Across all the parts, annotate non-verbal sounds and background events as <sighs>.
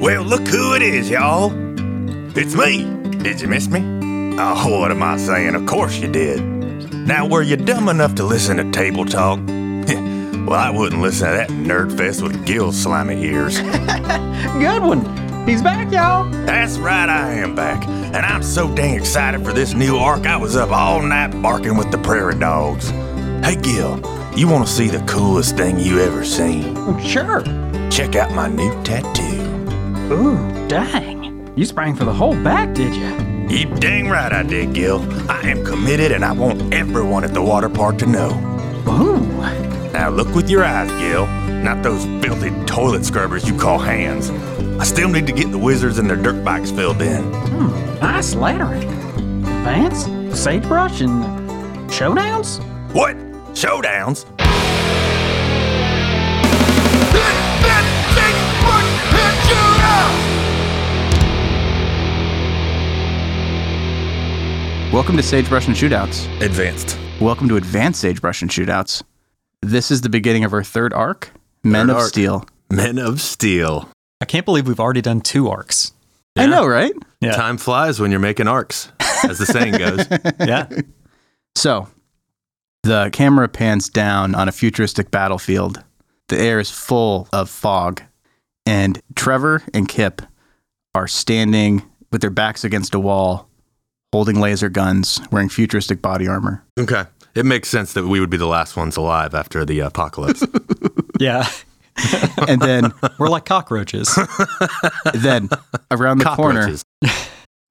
Well, look who it is, y'all. It's me. Did you miss me? Oh, what am I saying? Of course you did. Now, were you dumb enough to listen to Table Talk? <laughs> well, I wouldn't listen to that nerd fest with Gil's slimy ears. <laughs> Good one. He's back, y'all. That's right, I am back. And I'm so dang excited for this new arc, I was up all night barking with the prairie dogs. Hey, Gil, you want to see the coolest thing you ever seen? Sure. Check out my new tattoo. Ooh, dang. You sprang for the whole back, did you? You dang right I did, Gil. I am committed and I want everyone at the water park to know. Ooh. Now look with your eyes, Gil. Not those filthy toilet scrubbers you call hands. I still need to get the wizards and their dirt bikes filled in. Hmm. Nice lettering. Advance, sagebrush, and showdowns? What? Showdowns? Welcome to Sagebrush and Shootouts. Advanced. Welcome to Advanced Sagebrush and Shootouts. This is the beginning of our third arc, Men Third of arc. Steel. Men of Steel. I can't believe we've already done two <laughs> arcs. I know, right? Yeah. Time flies when you're making arcs, as the saying goes. Yeah. So, the camera pans down on a futuristic battlefield. The air is full of fog, and Trevor and Kip are standing with their backs against a wall, holding laser guns, wearing futuristic body armor. Okay. It makes sense that we would be the last ones alive after the uh, <laughs> apocalypse. Yeah. And <laughs> then, We're <laughs> like cockroaches. then around the corner,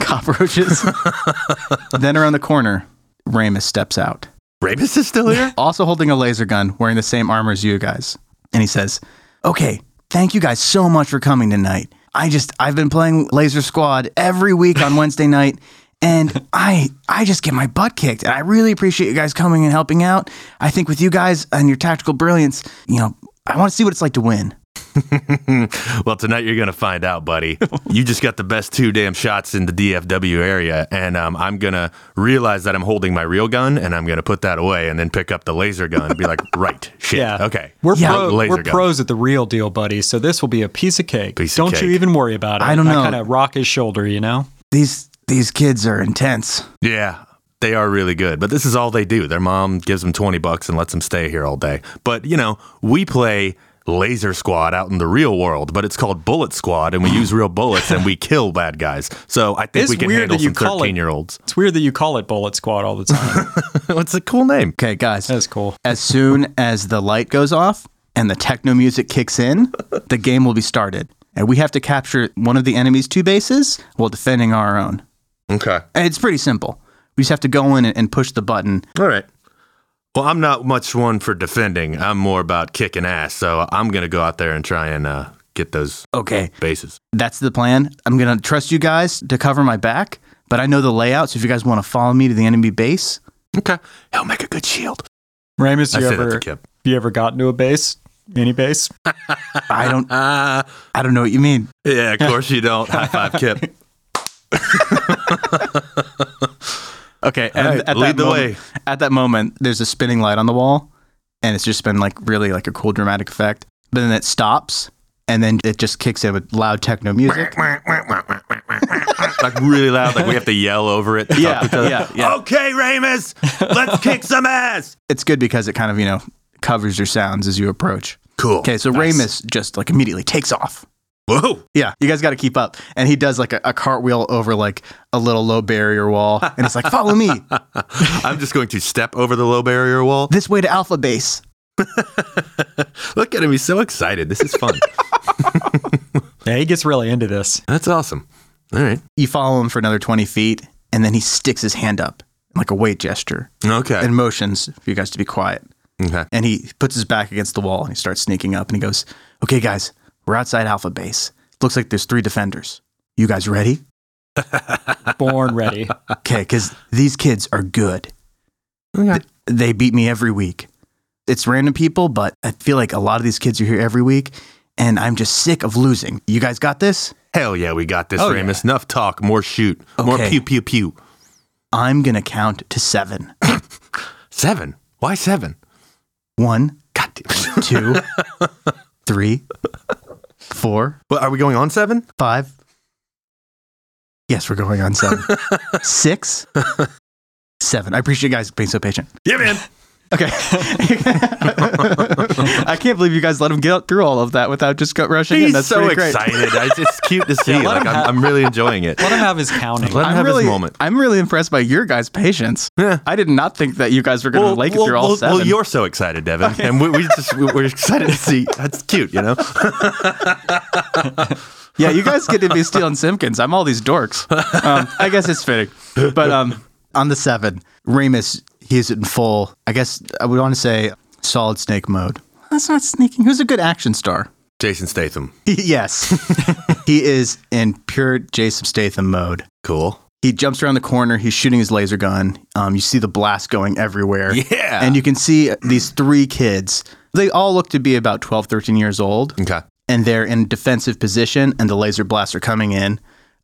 Cockroaches. <laughs> cockroaches. then around the corner, Ramus steps out, Rapist is still here? also holding a laser gun, wearing the same armor as you guys. And he says, Okay, thank you guys so much for coming tonight. I just, I've been playing Laser Squad every week on Wednesday night. And I, I just get my butt kicked, and I really appreciate you guys coming and helping out. I think with you guys and your tactical brilliance, you know, I want to see what it's like to win. <laughs> well, tonight you're going to find out, <laughs> buddy. You just got the best two damn shots in the DFW area, and um, I'm going to realize that I'm holding my real gun, and I'm going to put that away and then pick up the laser gun and be <laughs> like, right, shit, Yeah. okay. We're, Yeah. pro- Laser we're gun. pros at the real deal, buddy. So this will be a piece of cake. Piece of don't you cake. even worry about it. I don't And know. I kind of rock his shoulder, you know? These, these kids are intense. Yeah, they are really good, but this is all they do. Their mom gives them 20 bucks and lets them stay here all day. But, you know, we play Laser Squad out in the real world, but it's called Bullet Squad, and we use real bullets and <laughs> we kill bad guys. So I think It's we can weird handle that you some call it- 13 year olds. It's weird that you call it Bullet Squad all the <laughs> time. it's a cool name. Okay, guys. <laughs> That's cool. as soon as the light goes off and the techno music kicks in, the game will be started. And we have to capture one of the enemy's two bases while defending our own. Okay. And it's pretty simple. We just have to go in and, and push the button. All right. Well, I'm not much one for defending. I'm more about kicking ass. So I'm going to go out there and try and uh, get those Okay, bases. that's the plan. I'm going to trust you guys to cover my back, but I know the layout. So if you guys want to follow me to the enemy base, Okay. He'll make a good shield. Ramus, I you said that ever, to Kip. you ever got into a base? Any base? I don't, <laughs> Ah. I don't know what you mean. Yeah, of course you don't. High five, Kip. <laughs> Okay, All right, lead the moment, way. At that moment, there's a spinning light on the wall, and it's just been like really like a cool dramatic effect. But then it stops, and then it just kicks in with loud techno music. Like really loud, like we have to yell over it. to talk yeah, to each other. yeah, yeah. Okay, Ramus, let's <laughs> kick some ass. It's good because it kind of you know covers your sounds as you approach. Cool. Okay, so Ramus just like immediately takes off. Whoa. Yeah, you guys got to keep up. And he does like a, a cartwheel over like a little low barrier wall, and it's like <laughs> follow me I'm just going to step over the low barrier wall. this way to Alpha Base. Look at him. He's so excited. This is <laughs> fun. Yeah, he gets really into this. That's awesome. All right. You follow him for another twenty feet, and then he sticks his hand up like a wait gesture. Okay. and motions for you guys to be quiet. Okay. And he puts his back against the wall and he starts sneaking up and he goes, Okay, guys, we're outside Alpha Base. Looks like there's three defenders. You guys ready? Born ready. Okay, because these kids are good. Okay. They beat me every week. It's random people, but I feel like a lot of these kids are here every week and I'm just sick of losing. You guys got this? Hell yeah, we got this, Oh, Ramus. Enough talk, more shoot, more Okay. pew pew pew. I'm going to count to seven. Seven. Why seven? One, <laughs> God damn. two, three, four, Well, are we going on seven? five. Yes, we're going <laughs> on seven. Six, seven. I appreciate you guys being so patient. Yeah, <laughs> man. Okay. <laughs> I can't believe you guys let him get through all of that without just gut rushing in. He's That's so pretty great. excited. I- It's cute to see. Yeah, let like him I'm, have- I'm really enjoying it. Let him have his counting. Let him I'm have really, his moment. I'm really impressed by your guys' patience. Yeah. I did not think that you guys were going to like it through all well, seven. well, you're so excited, Devin, and we, we just we- we're excited to see. That's cute, you know. <laughs> yeah, you guys get to be stealing Simpkins. I'm all these dorks. Um, I guess it's fitting. But um, on the seven, Remus, he's in full, I guess I would want to say solid snake mode. That's not sneaking. Who's a good action star? <laughs> Jason Statham, yes. he is in pure Jason Statham mode. cool. He jumps around the corner. He's shooting his laser gun. Um, you see the blast going everywhere. Yeah. And you can see these three kids. They all look to be about 12, 13 years old, Okay, and they're in defensive position, and the laser blasts are coming in.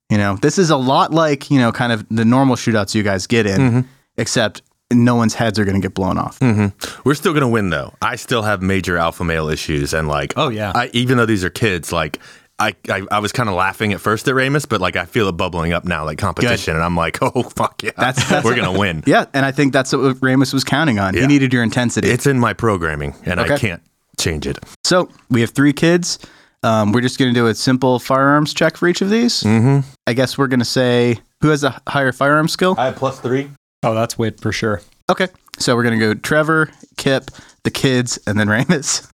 You know, this is a lot like, you know, kind of the normal shootouts you guys get in, Mm-hmm. except no one's heads are going to get blown off. Hmm. we're still gonna win though. I still have major alpha male issues, and like, Oh, yeah. I, even though these are kids, like. I, I, I was kind of laughing at first at Ramus, but like I feel it bubbling up now, like competition, and I'm like, <laughs> oh fuck yeah, That's- that's- we're gonna <laughs> win. Yeah. And I think that's what Ramus was counting on. Yeah. He needed your intensity. It's in my programming, and I Okay. can't change it. So we have three kids. Um, we're just going to do a simple firearms check for each of these. Mm-hmm. I guess we're going to say who has a higher firearm skill. I have plus three. Oh, that's wit for sure. Okay, so we're going to go Trevor, Kip, the kids, and then Ramus.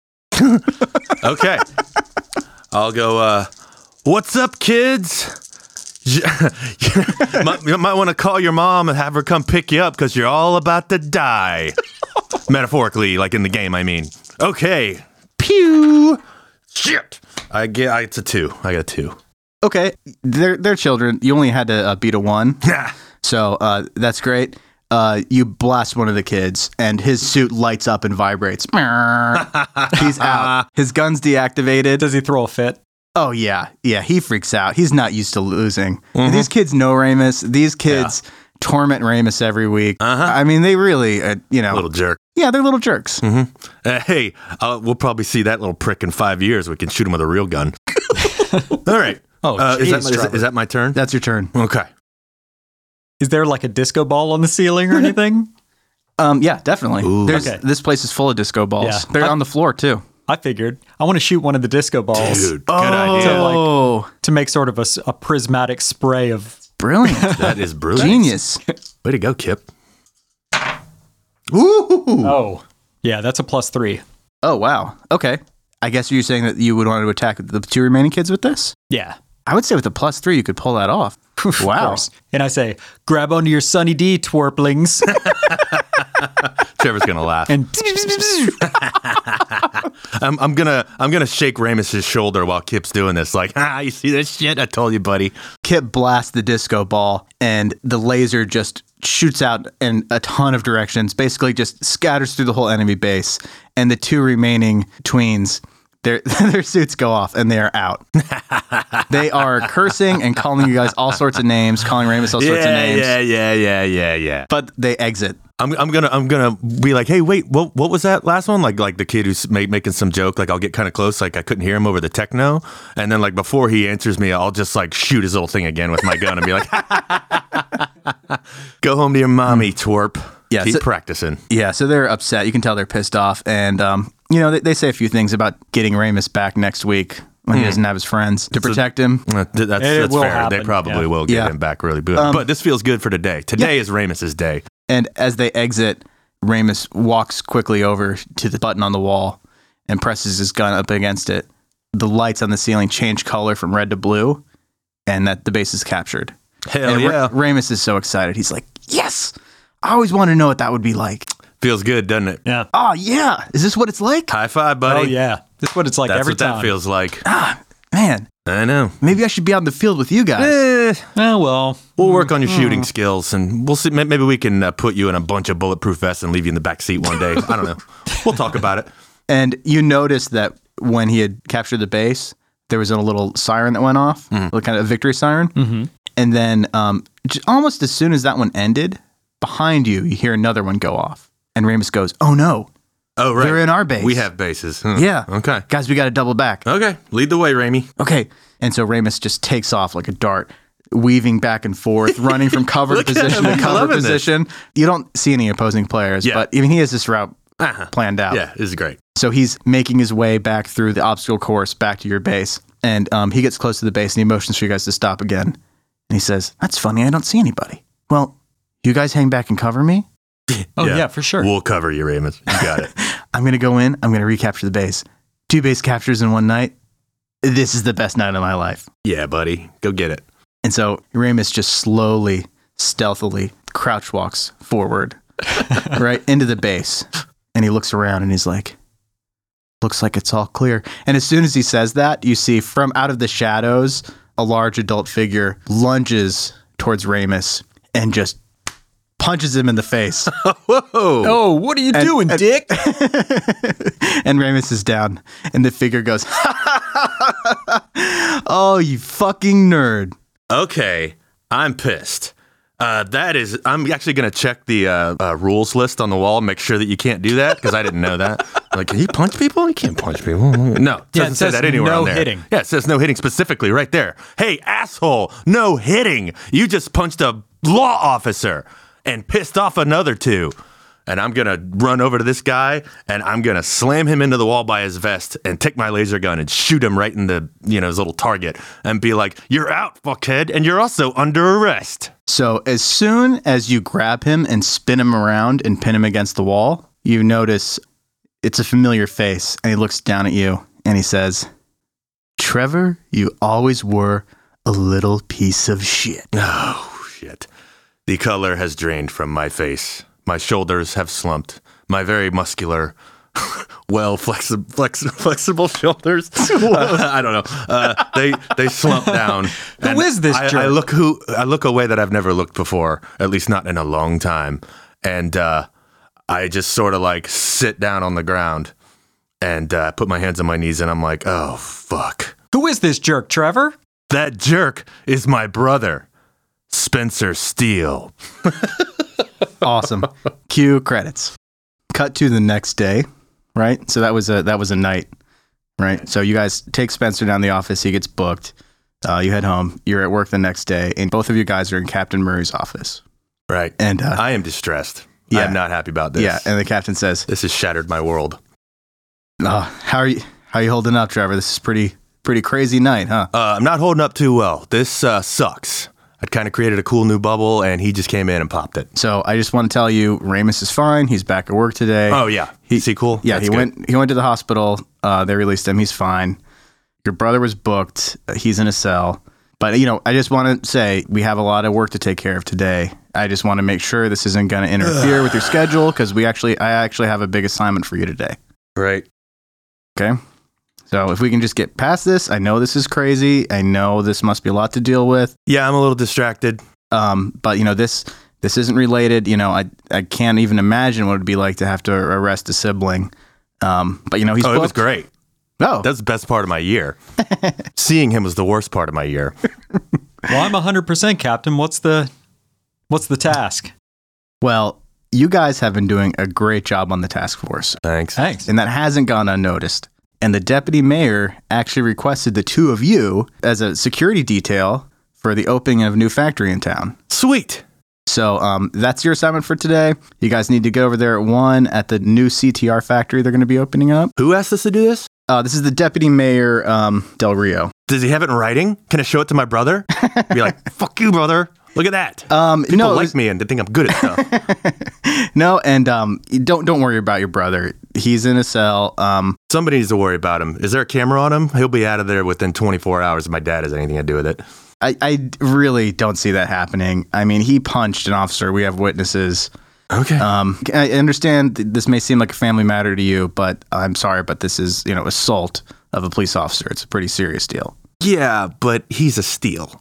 Okay. <laughs> I'll go, uh, what's up, kids? <laughs> You, you might, want to call your mom and have her come pick you up because you're all about to die. Metaphorically, like in the game, I mean. Okay. Pew. Shit. I get, I, it's a two. I got a two. Okay, they're they're children. You only had to uh, beat a one, Nah. so uh, that's great. Uh, you blast one of the kids, and his suit lights up and <laughs> vibrates. He's out. His gun's deactivated. Does he throw a fit? Oh yeah, yeah. He freaks out. He's not used to losing. Mm-hmm. These kids know Ramus. These kids torment Ramus every week. I mean, they really, uh, you know, Uh-huh. Little jerk. yeah, they're little jerks. Uh, hey, uh, we'll probably see that little prick in five years. We can shoot him with a real gun. all right. Oh, Uh, is, that, jeez, is, that- Trevor. is that my turn? That's your turn. Okay. Is there like a disco ball on the ceiling or <laughs> anything? Um, yeah, definitely. Ooh. There's, Okay. This place is full of disco balls. Yeah. They're I- on the floor too. I figured I want to shoot one of the disco balls Dude, good idea. Oh, to make sort of a, s- a prismatic spray of. <laughs> brilliant, That is brilliant. genius. Way to go, Kip. Oh, yeah, that's a plus three. Oh wow. Okay. I guess you're saying that you would want to attack the two remaining kids with this. Yeah. I would say with a plus three, you could pull that off. <laughs> Of wow. course. And I say, grab onto your Sunny <laughs> D twerplings. Trevor's gonna laugh. and <laughs> I'm, I'm gonna I'm gonna shake Ramus's shoulder while Kip's doing this. Like, <laughs> ah, you see this shit? I told you, buddy. Kip blasts the disco ball, and the laser just shoots out in a ton of directions, basically just scatters through the whole enemy base. And the two remaining tweens, their, <laughs> their suits go off and they are <laughs> out. they are cursing and calling you guys all sorts of names, calling Ramus all sorts of names, yeah, yeah, yeah, yeah, yeah. but they exit. I'm, I'm gonna I'm gonna be like, hey, wait, what what was that last one? Like like the kid who's ma- making some joke. Like I'll get kind of close. Like I couldn't hear him over the techno. And then like before he answers me, I'll just like shoot his little thing again with my gun and be like, <laughs> go home to your mommy, twerp. Yeah, keep so- practicing. Yeah, so they're upset. You can tell they're pissed off. And, um, you know, they, they say a few things about getting Ramus back next week when Hmm. he doesn't have his friends to protect him. Uh, th- That's, It that's will fair. They happen, probably yeah. will get Yeah. Um, him back really good. but this feels good for today. Today is Ramus's day. And as they exit, Ramus walks quickly over to the button on the wall and presses his gun up against it. The lights on the ceiling change color from red to blue, and that the base is captured. Hell and Ra- yeah. Ramus is so excited. He's like, "Yes! I always want to know what that would be like. Feels good, doesn't it? yeah. Oh yeah, is this what it's like? High five, Oh, buddy. yeah. That's what it's like That's every what time. that feels like. Ah. Man, I know. maybe I should be on the field with you guys." Eh, Oh, well. we'll work on your Hmm. shooting skills, and we'll see. may- Maybe we can uh, put you in a bunch of bulletproof vests and leave you in the back seat one day. I <laughs> don't know. We'll talk about it. And you notice that when he had captured the base, there was a little siren that went off, like kind of a victory siren. Mm-hmm. And then um, j- almost as soon as that one ended, behind you, you hear another one go off. And Ramus goes, Oh no, Oh, right. They're in our base. We have bases. Hmm. Yeah. Okay. Guys, we got to double back. Okay. Lead the way, Raimi. Okay. And so Ramus just takes off like a dart, weaving back and forth, <laughs> running from cover Look at position him. to He's cover loving this. position. You don't see any opposing players, Yeah. but I mean, he has this route Uh-huh. planned out. Yeah, this is great. So he's making his way back through the obstacle course back to your base. And um, he gets close to the base and he motions for you guys to stop again. And he says, That's funny. I don't see anybody. Well, you guys hang back and cover me. Oh, yeah, for sure. We'll cover you, Ramus. You got <laughs> it. I'm going to go in. I'm going to recapture the base. Two base captures in one night. This is the best night of my life. yeah, buddy. Go get it. And so Ramus just slowly, stealthily crouch walks forward, right into the base. And he looks around and he's like, looks like it's all clear. And as soon as he says that, you see from out of the shadows, a large adult figure lunges towards Ramus and just punches him in the face. Whoa. oh, what are you doing, and- Dick? and Ramus is down. And the figure goes, <laughs> oh, you fucking nerd. Okay. I'm pissed. Uh, that is, I'm actually going to check the uh, uh, rules list on the wall, make sure that you can't do that because I didn't know that. like, can he punch people? He can't punch <laughs> people. No, it Yeah, doesn't it say says that anywhere no on there. hitting. Yeah, it says no hitting specifically right there. Hey, asshole, no hitting. You just punched a law officer and pissed off another two. And I'm going to run over to this guy and I'm going to slam him into the wall by his vest and take my laser gun and shoot him right in the, you know, his little target and be like, you're out, fuckhead. And you're also under arrest. So as soon as you grab him and spin him around and pin him against the wall, you notice it's a familiar face and he looks down at you and he says, Trevor, you always were a little piece <laughs> of shit. Shit. The color has drained from my face. My shoulders have slumped. My very muscular, <laughs> well flexi- flex- <laughs> flexible shoulders. <laughs> Uh, I don't know. Uh, they they slump down. Who And is this I, I jerk? look who I look a way that I've never looked before. At least not in a long time. And uh, I just sort of like sit down on the ground and uh, put my hands on my knees and I'm like, oh fuck. Who is this jerk, Trevor? That jerk is my brother, Spencer Steele. Awesome. Cue credits. Cut to the next day, right? So that was a that was a night, right? So you guys take Spencer down to the office. He gets booked. Uh, you head home. You're at work the next day, and both of you guys are in Captain Murray's office. Right. And uh, I am distressed. Yeah. I'm not happy about this. yeah, and the captain says, this has shattered my world. Uh, how are you? How are you holding up, Trevor? This is pretty pretty crazy night, huh? Uh, I'm not holding up too well. This uh, sucks. I'd kind of created a cool new bubble, and he just came in and popped it. So I just want to tell you, Ramus is fine. He's back at work today. Oh yeah, he, is he cool? yeah, That's he good. went he went to the hospital. Uh, they released him. He's fine. Your brother was booked. Uh, He's in a cell. But you know, I just want to say we have a lot of work to take care of today. I just want to make sure this isn't going to interfere with your schedule because we actually, I actually have a big assignment for you today. Right. Okay. So if we can just get past this, I know this is crazy. I know this must be a lot to deal with. Yeah, I'm a little distracted. um, but you know this this isn't related you know i i can't even imagine what it'd be like to have to arrest a sibling um, but you know he's oh, it was booked. great. oh That's the best part of my <laughs> year. Seeing him was the worst part of my year. Well, I'm 100% captain. What's the What's the task? well you guys have been doing a great job on the task force Thanks. Thanks. and that hasn't gone unnoticed and the deputy mayor actually requested the two of you as a security detail for the opening of a new factory in town Sweet. so um, that's your assignment for today you guys need to go over there at one at the new ctr factory they're going to be opening up Who asked us to do this? Uh, this is the deputy mayor, um, Del Rio. Does he have it in writing? Can I show it to my brother? Be <laughs> like, fuck you, brother. Look at that. Um, People no, it like was- me and they think I'm good at stuff. <laughs> no, and um, don't don't worry about your brother. He's in a cell. Um, Somebody needs to worry about him. Is there a camera on him? He'll be out of there within 24 hours if my dad has anything to do with it. I, I really don't see that happening. I mean, he punched an officer. We have witnesses. Okay. Um, I understand th- this may seem like a family matter to you, but I'm sorry, but this is you know assault of a police officer. It's a pretty serious deal. yeah, but he's a steal.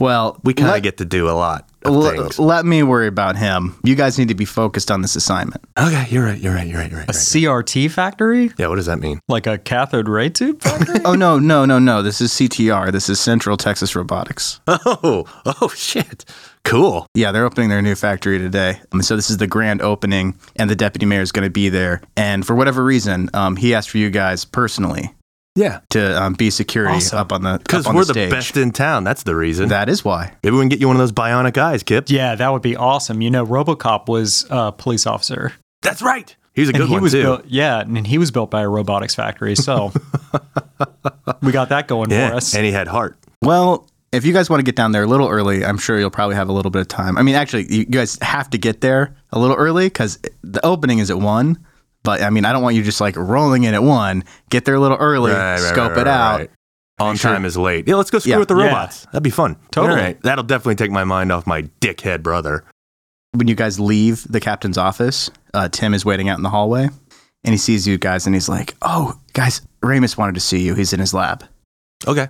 Well, We kind of let- get to do a lot. of L- things. let me worry about him. You guys need to be focused on this assignment. Okay, you're right. You're right. You're right. You're right. A CRT factory? Yeah, what does that mean? <laughs> Like a cathode ray tube <laughs> factory? Oh no, no, no, no. This is CTR. This is Central Texas Robotics. Oh, oh shit. Cool. Yeah, they're opening their new factory today. Um, so this is the grand opening, and the deputy mayor is going to be there. And for whatever reason, um, he asked for you guys personally Yeah. to um, be security Awesome. up on the Because up on we're the, the, stage. best in town. That's the reason. That is why. Maybe we can get you one of those bionic eyes, Kip. yeah, that would be awesome. You know, Robocop was a police officer. That's right. He's a good and he one was too. built yeah and he was built by a robotics <laughs> factory so we got that going for yeah, us and he had heart. Well, if you guys want to get down there a little early, I'm sure you'll probably have a little bit of time. I mean, actually, you you guys have to get there a little early because the opening is at one. But I mean, I don't want you just like rolling in at one. Get there a little early, Right, right, scope right, right, it out. right. On sure- time is late. Yeah, let's go screw Yeah. with the Yeah. robots. That'd be fun. Totally. All right. That'll definitely take my mind off my dickhead brother. when you guys leave the captain's office, uh, Tim is waiting out in the hallway and he sees you guys and he's like, Oh, guys, Ramus wanted to see you. He's in his lab. Okay.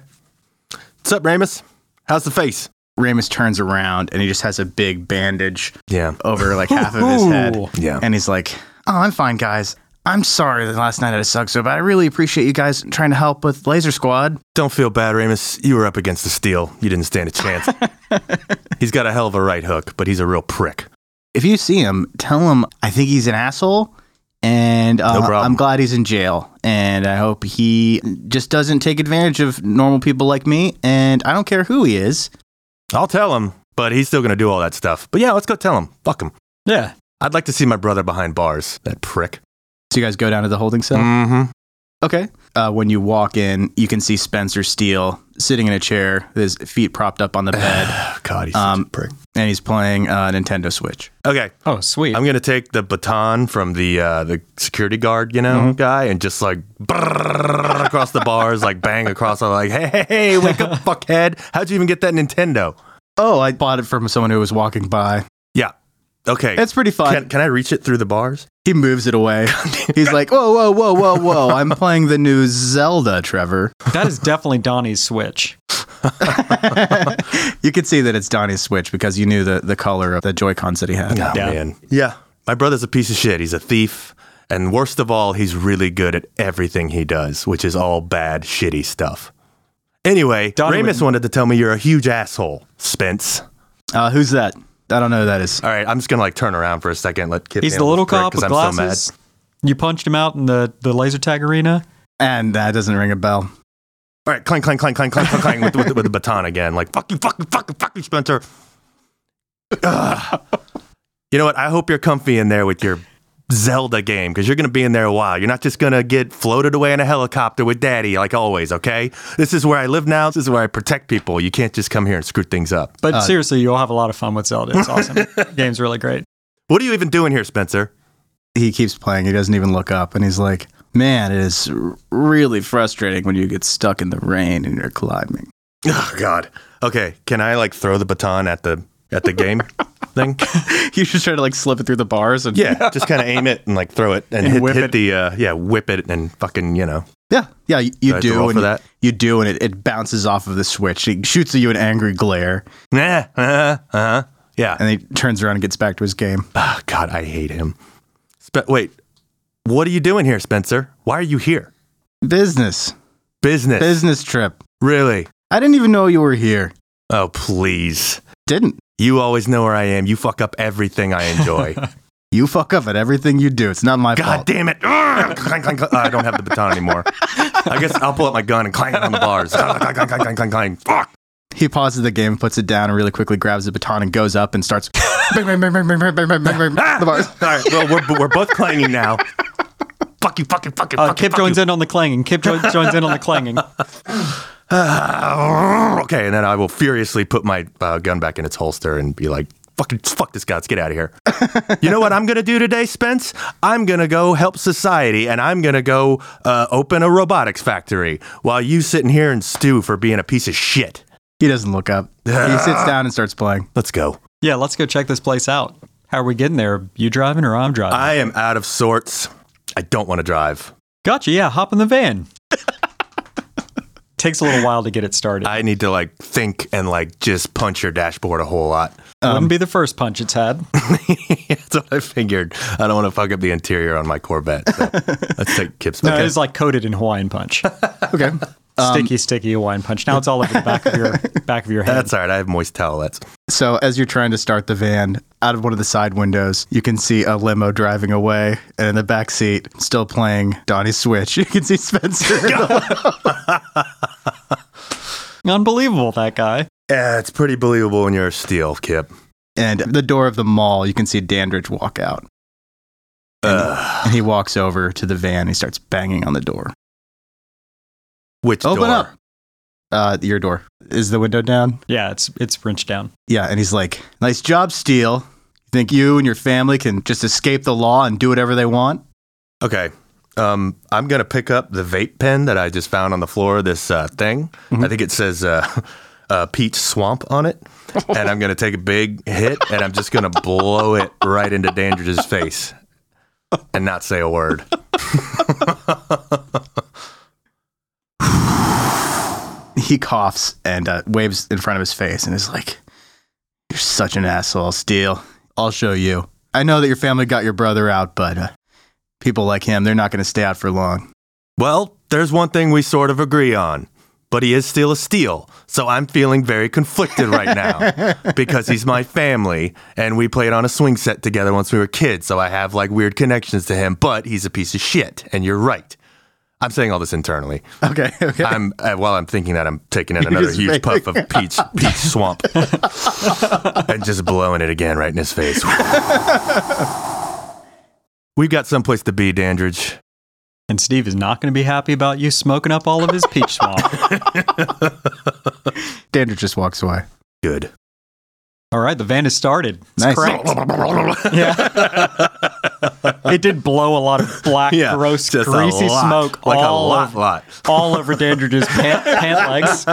What's up, Ramus? How's the face? Ramus turns around and he just has a big bandage Yeah. over like half of <laughs> his head. Yeah. And he's like, Oh, I'm fine, guys. I'm sorry that last night I sucked so bad. I really appreciate you guys trying to help with Laser Squad. Don't feel bad, Ramus. You were up against the steel. You didn't stand a <laughs> chance. he's got a hell of a right hook, but he's a real prick. If you see him, tell him I think he's an asshole and uh, problem. I'm glad he's in jail. And I hope he just doesn't take advantage of normal people like me. And I don't care who he is. I'll tell him, but he's still going to do all that stuff. But yeah, let's go tell him. Fuck him. yeah I'd like to see my brother behind bars. That prick. So you guys go down to the holding cell. Mm-hmm. Okay. Uh, when you walk in, you can see Spencer Steele sitting in a chair, with his feet propped up on <sighs> the bed, God, he's Um, such a prick. and he's playing uh, Nintendo Switch. Okay, oh sweet I'm going to take the baton from the uh, the security guard, you know, guy, and just like brrrr across the bars, like bang across. I'm like, hey, hey, hey, wake up, fuckhead! How'd you even get that Nintendo? Oh, I bought it from someone who was walking by. Yeah. Okay. It's pretty fun. can, can I reach it through the bars? He moves it away. He's like, whoa, whoa, whoa, whoa, whoa. I'm playing the new Zelda, Trevor. that is definitely <laughs> donnie's switch you can see that it's Donnie's Switch because you knew the, the color of the Joy-Cons that he had. Oh, Yeah. man. Yeah. My brother's a piece of shit. He's a thief. And worst of all, he's really good at everything he does, which is all bad, shitty stuff. Anyway, Donnie Ramus would- wanted to tell me you're a huge asshole, Spence. Uh, who's that? I don't know who that is. All right, I'm just gonna like turn around for a second. Let Kip he's the handle little this prick, cop 'cause with I'm so glasses you punched him out in the the laser tag arena And that doesn't ring a bell. mad. All right, clang, clang, clang, clang, clang, clang, clang with, with, with the baton again. Like fuck you, fuck you, fuck you, fuck you, Spencer. Ugh. you know what? I hope you're comfy in there with your Zelda game because you're gonna be in there a while. You're not just gonna get floated away in a helicopter with Daddy like always. Okay, this is where I live now. This is where I protect people. You can't just come here and screw things up. but seriously you'll have a lot of fun with zelda <laughs> it's awesome game's really great What are you even doing here, Spencer? He keeps playing. He doesn't even look up. And he's like, man, it is r- really frustrating when you get stuck in the rain and you're climbing. <laughs> Oh God. Okay, can I like throw the baton at the at the game <laughs> thing? You should try to like slip it through the bars. And- Yeah, just kind of aim it and like throw it and, hit, whip hit it. the uh, yeah, whip it and fucking you know. Yeah. Yeah. You, you I have to do. roll and for you- that? You do. And it, it bounces off of the Switch. He shoots at you an angry glare. <laughs> Nah, uh, uh, Uh-huh. yeah. And he turns around and gets back to his game. Ah, God, I hate him. Spe- wait, what are you doing here, Spencer? Why are you here? Business. Business, Business trip. really? I didn't even know you were here. Oh, please. Didn't. You always know where I am. You fuck up everything I <laughs> enjoy. You fuck up at everything you do. It's not my God fault. damn it! Urgh! Clang, clang, clang. Uh, I don't have the baton anymore. I guess I'll pull up my gun and clang it on the bars. Ah, Clang, clang, clang, clang, clang, clang. Fuck. He pauses the game, puts it down, and really quickly grabs the baton and goes up and starts. <laughs> bang, bang, bang, bang, bang, bang, bang, bang, bang, bang, Ah! the bars. All right, well, we're, we're both clanging now. fuck you, fucking, fucking, uh, fucking. kip fuck you. joins in on the clanging kip jo- joins in on <laughs> the clanging Uh, okay, and then I will furiously put my uh, gun back in its holster and be like, fucking fuck this guy, let's get out of here. you know what I'm gonna do today, Spence? I'm gonna go help society and I'm gonna go uh, open a robotics factory while you sitting here and stew for being a piece of shit. He doesn't look up. He sits down and starts playing. Let's go. yeah let's go check this place out how are we getting there you driving or i'm driving I am out of sorts. I don't want to drive. gotcha yeah hop in the van <laughs> takes a little while to get it started. I need to like think and like just punch your dashboard a whole lot. <laughs> Wouldn't be the first punch it's had. That's what I figured. I don't want to fuck up the interior on my Corvette. So let's take Kip's. <laughs> No, it is like coated in Hawaiian punch. <laughs> Okay. Um, sticky, sticky Hawaiian punch. Now it's all over the back of <laughs> your back of your head. That's all right. I have moist <laughs> towelettes. So as you're trying to start the van, out of one of the side windows, you can see a limo driving away, and in the back seat, still playing Donnie Switch. <laughs> You can see Spencer. Unbelievable, that guy. Yeah, it's pretty believable when you're a steal, Kip. <laughs> and the door of the mall, you can see Dandridge walk out. And, and he walks over to the van. He starts banging on the door. Which Open door? up. Uh, your door. Is the window down? Yeah, it's it's wrenched down. Yeah, and he's like, "Nice job, Steele. You think you and your family can just escape the law and do whatever they want?" Okay. Um, I'm gonna pick up the vape pen that I just found on the floor. of This uh, thing. Mm-hmm. I think it says uh, <laughs> uh, peach swamp on <laughs> it, and I'm gonna take a big hit, and I'm just gonna blow it right into Dandridge's face, and not say a word. He coughs and uh, waves in front of his face and is like, "You're such an asshole, Steele. I'll show you. I know that your family got your brother out, but uh, people like him, they're not going to stay out for long." <laughs> Well, there's one thing we sort of agree on, but he is still a steal. So I'm feeling very conflicted right now because he's my family and we played on a swing set together once we were kids. So I have like weird connections to him, but he's a piece of shit. And you're right. I'm saying all this internally. Okay. Okay. I'm uh, while I'm thinking that I'm taking in another just huge make- puff of peach peach swamp and just blowing it again right in his face. We've got someplace to be, Dandridge. And Steve is not going to be happy about you smoking up all of his <laughs> peach swamp. Dandridge just walks away. Good. all right, the van is started. It's Nice. cranked. Yeah. it did blow a lot of black, gross, just a greasy lot, smoke like all, a lot, of- lot. <laughs> all over Dandridge's pant, pant legs.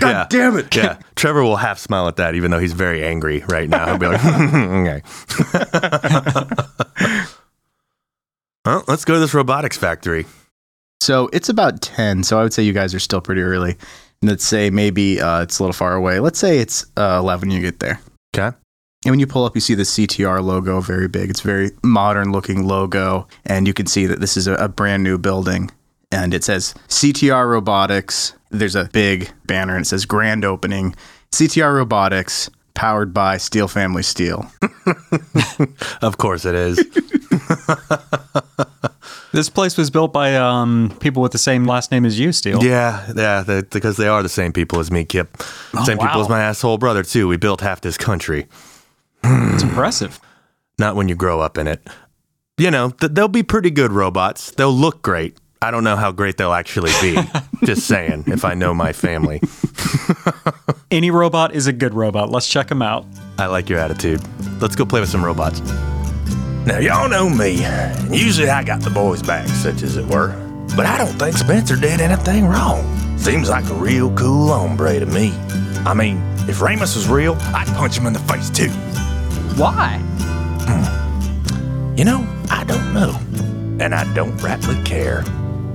yeah. Damn it. yeah, Trevor will half smile at that, even though he's very angry right now. He'll be like, <laughs> okay. well, let's go to this robotics factory. So it's about 10. So I would say you guys are still pretty early. And let's say maybe uh, it's a little far away. Let's say it's uh, 11 you get there. Okay. And when you pull up, you see the CTR logo very big. It's a very modern looking logo. And you can see that this is a, a brand new building. And it says CTR Robotics. There's a big banner and it says grand opening CTR Robotics powered by Steel Family Steel. Of course it <laughs> is. This place was built by um, people with the same last name as you, Steele. yeah, yeah, they, because they are the same people as me, Kip. same people Oh, wow. as my asshole brother, too. We built half this country. It's impressive. Not when you grow up in it. You know, th- they'll be pretty good robots. They'll look great. I don't know how great they'll actually be. Just saying, if I know my family. Any robot is a good robot. Let's check him out. I like your attitude. Let's go play with some robots. Now, y'all know me. Usually I got the boys back, such as it were. But I don't think Spencer did anything wrong. Seems like a real cool hombre to me. I mean, if Ramus was real, I'd punch him in the face too. Why? Hmm. You know, I don't know. And I don't rightly care.